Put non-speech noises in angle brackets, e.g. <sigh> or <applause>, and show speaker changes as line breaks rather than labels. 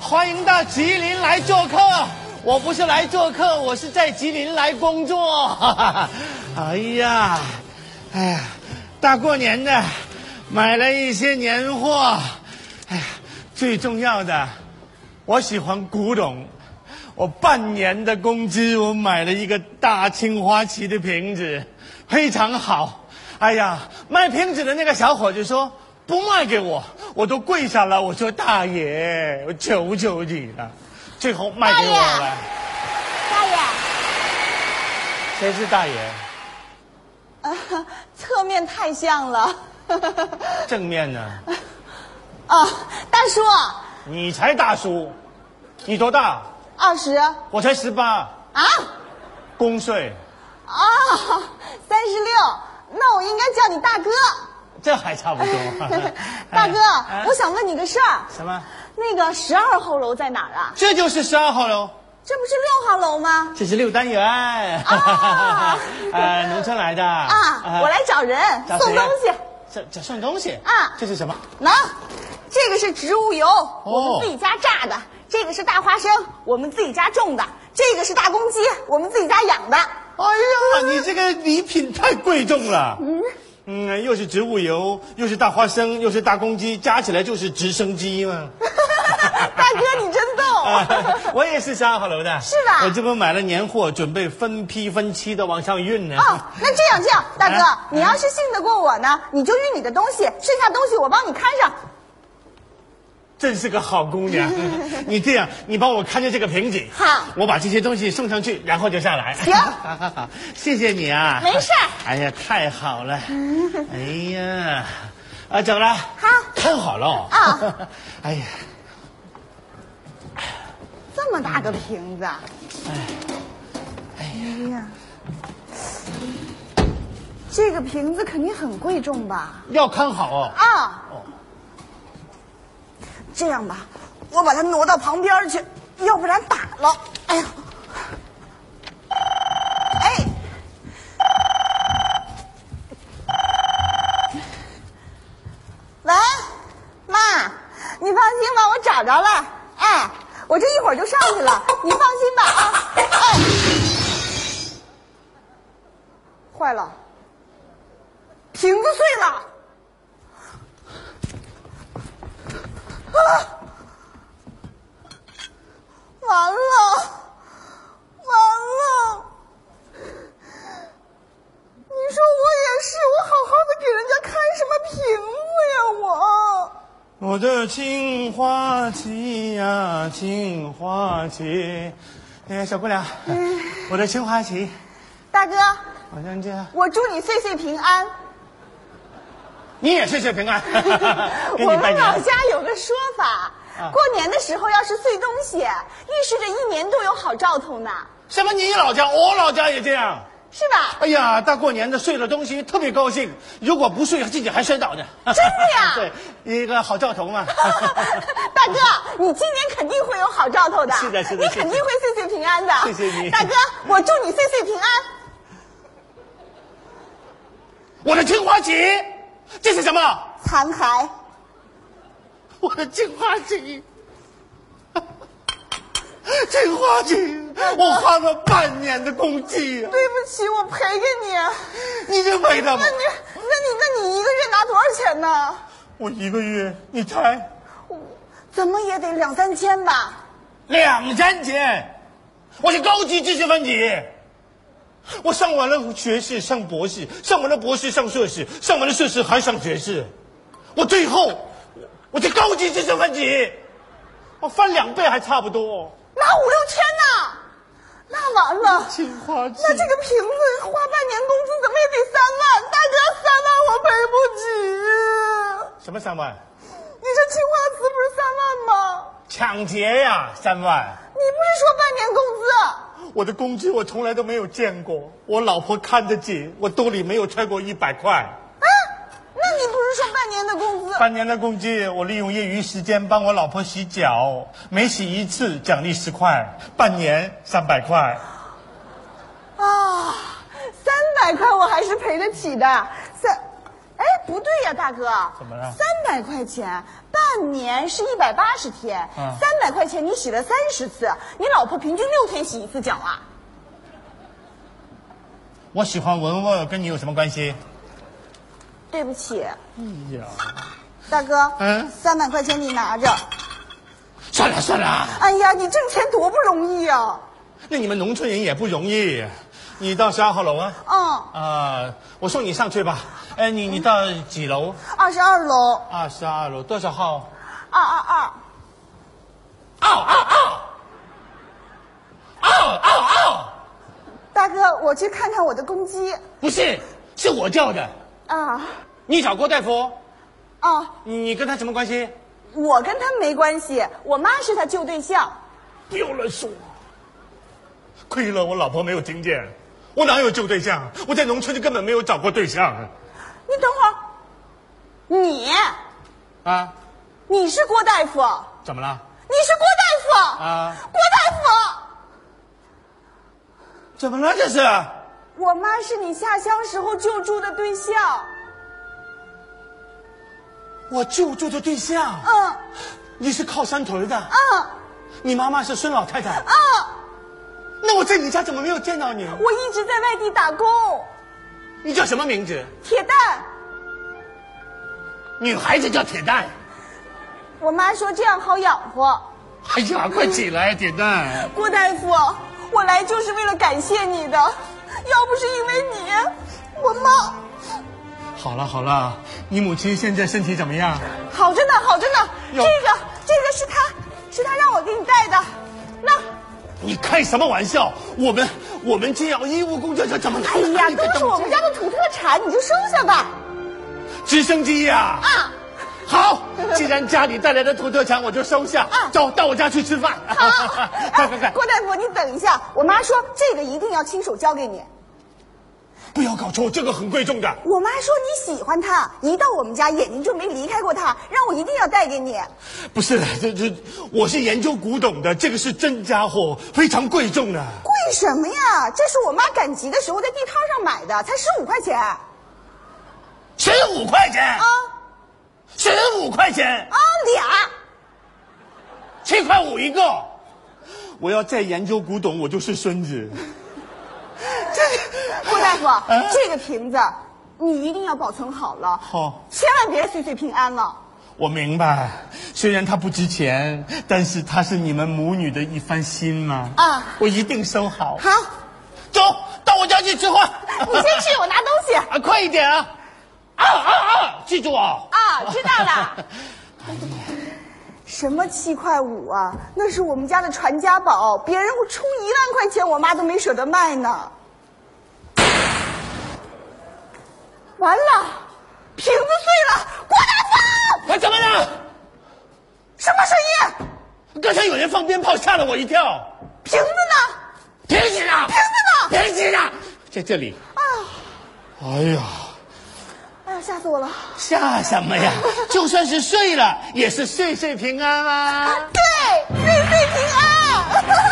欢迎到吉林来做客。我不是来做客，我是在吉林来工作。 <laughs> 哈哈哎呀，哎呀，大过年的，买了一些年货。哎呀，最重要的，我喜欢古董。我半年的工资，我买了一个大青花瓷的瓶子，非常好。哎呀，卖瓶子的那个小伙子说不卖给我，我都跪下了。我说大爷，我求求你了，最后卖给我
大
了
爷。大爷，
谁是大爷？
啊，侧面太像了。 <laughs>
正面呢？
啊，大叔，
你才大叔，你多大？
二十啊
我才十八，
啊，
公岁，
哦三十六，那我应该叫你大哥。。
这还差不多
<laughs>
<laughs>
大哥
哎，
我想问你个事儿，
什么？
那个十二号楼在哪儿啊？
这就是十二号楼。
这不是六号楼吗？
这是六单元，
啊
<laughs> 呃，农村来的
啊，我来找人
找
送
谁啊呀
东西。
这这送东西
啊
这是什么？
能，这个是植物油，我们自己家榨的；这个是大花生，我们自己家种的；这个是大公鸡，我们自己家养的。
哎呀，你这个礼品太贵重了。嗯嗯，又是植物油，又是大花生，又是大公鸡，加起来就是直升机嘛。
<laughs> 大哥，你真逗！
啊 <laughs> 我也是十二号楼的，
哦是吧
我这不买了年货，准备分批分期的往上运呢。
哦，那这样这样，大哥
啊，
你要是信得过我呢，你就运你的东西，剩下东西我帮你看上。
真是个好姑
<laughs>
娘，你这样，你帮我看着这个瓶子，
好
我把这些东西送上去，然后就下来。
行
好好好， <laughs> 谢谢你啊，
没事儿
哎呀，太好了，哎呀，啊，走了，
好
看好了哦
啊，
<laughs> 哎呀，
这么大个瓶子，啊哎呀，这个瓶子肯定很贵重吧？
要看好哦，
啊，
哦
这样吧，我把它挪到旁边去，要不然打了。哎呀，哎，喂，妈，你放心吧，我找着了。哎，我这一会儿就上去了，你放心吧啊。哎，坏了，瓶子碎了。完了，完了！你说我也是，我好好的给人家看什么屏幕呀？我
我的青花瓷呀，青花瓷，哎，小姑娘，
嗯
我的青花瓷，
大哥，
好像这样，
我祝你岁岁平安。
你也岁岁
<laughs>
平安， <laughs> 给
我
你拜
们
年。
老家有个说法
啊，
过年的时候要是碎东西，预示着一年都有好兆头呢，
什么？你老家，我老家也这样。
是
<laughs>
吧？
哎呀，大过年的碎了东西，特别高兴。如果不碎，自己还摔倒呢。真
的呀
<laughs> 对，一个好兆头嘛。 <laughs>
大哥，你今年肯定会有好兆头的，
是的是的
你
是的
肯定会岁岁平安的。
谢谢你
大哥，我祝你岁岁平安。
我的青花瓷，这是什么？
残骸，
我的青花瓷， <laughs> 青花瓷，我花了半年的工资呀，
对不起，我赔给你。
你就赔了吗
那？你，那你，那你一个月拿多少钱呢？
我一个月，你猜，
怎么也得两三千吧？
两三千，我是高级知识分子。我上完了学士，上博士，上完了博士，上硕士，上完了硕士还上学士，我最后，我我是高级知识分子，我翻两倍还差不多。
拿五六千呢？那完了，
青花瓷，
那这个瓶子花半年工资怎么也得三万？大哥，三万我赔不起。
什么三万？
你这青花瓷不是三万吗？
抢劫呀、三万！
你不是说半年工资？啊
我的工资我从来都没有见过，我老婆看得紧，我兜里没有揣过一百块。
啊？那你不是说半年的工资？
<laughs> 半年的工资，我利用业余时间帮我老婆洗脚，每洗一次奖励十块，半年三百块。
啊，三百块我还是赔得起的。三，哎，不对呀、大哥，
怎么了
三百块钱，半半年是一百八十天，
嗯
三百块钱你洗了三十次，你老婆平均六天洗一次脚啊？
我喜欢文文，跟你有什么关系？
对不起，
哎呀，
大哥，
嗯
三百块钱你拿着。
算了算了，
哎呀，你挣钱多不容易啊！
那你们农村人也不容易。你到十二号楼啊？
嗯，
啊、我送你上去吧。哎，你你到几楼？
二十二楼，
二十二楼多少号？
二二二。
嗷嗷嗷！嗷嗷嗷！
大哥，我去看看我的公鸡。
不是，是我叫的。
啊
你找郭大夫？
啊，
你你跟他什么关系？
我跟他没关系，我妈是他旧对象。
不要乱说。亏了我老婆没有听见，我哪有旧对象？我在农村就根本没有找过对象。
你等会儿，你
啊？
你是郭大夫，
怎么了？
你是郭大夫
啊
郭大夫，
怎么了这是？
我妈是你下乡时候救助的对象。
我舅舅的对象，
嗯
你是靠山屯的，
嗯
你妈妈是孙老太太。
嗯，
那我在你家怎么没有见到你？
我一直在外地打工，
你叫什么名字？
铁蛋。
女孩子叫铁蛋。
我妈说这样好养活。
哎呀，快起来，铁蛋！
郭大夫，我来就是为了感谢你的，要不是因为你，我妈
好了好了，你母亲现在身体怎么样？
好着呢，好着呢。这
哟
个这个是他，是他让我给你带的。那，
你开什么玩笑？我们我们这样义务工作者怎么能？<laughs>
哎呀，都是我们家的土特产，你就收下吧。
直升机呀、 <laughs>
啊，
好，既然家里带来的土特产，我就收下。
啊
走，到我家去吃饭。。
好
<laughs>
哎
快快快！
郭大夫，你等一下，我妈说这个一定要亲手交给你。
不要搞错，这个很贵重的。
我妈说你喜欢他，一到我们家眼睛就没离开过他，让我一定要带给你。
不是，这这，我是研究古董的，这个是真家伙，非常贵重的。
贵什么呀？这是我妈赶集的时候在地摊上买的，才十五块钱啊
十五块钱，
啊！
十五块钱，
俩，
<laughs> 七块五一个。我要再研究古董，我就是孙子。
郭大夫，
嗯
这个瓶子你一定要保存好了，
好
千万别岁岁平安了。
我明白，虽然它不值钱，但是它是你们母女的一番心嘛。
啊
我一定收好。
好，
走，到我家去吃饭。
你先去，我拿东西。
啊，快一点啊！啊啊啊！记住啊！
啊，知道了。 <laughs> 什么七块五啊？那是我们家的传家宝，别人我出一万块钱，我妈都没舍得卖呢。完了，瓶子碎了！郭大夫，
喂，啊怎么了？
什么声音？
刚才有人放鞭炮，吓了我一跳。
瓶子呢？
停止啊！
瓶子呢？
停止啊！在这里。
啊！
哎呀，
哎呀，吓死我了！
吓什么呀？就算啊是睡了，也是岁岁平安啦、
对，岁岁平安。 <laughs>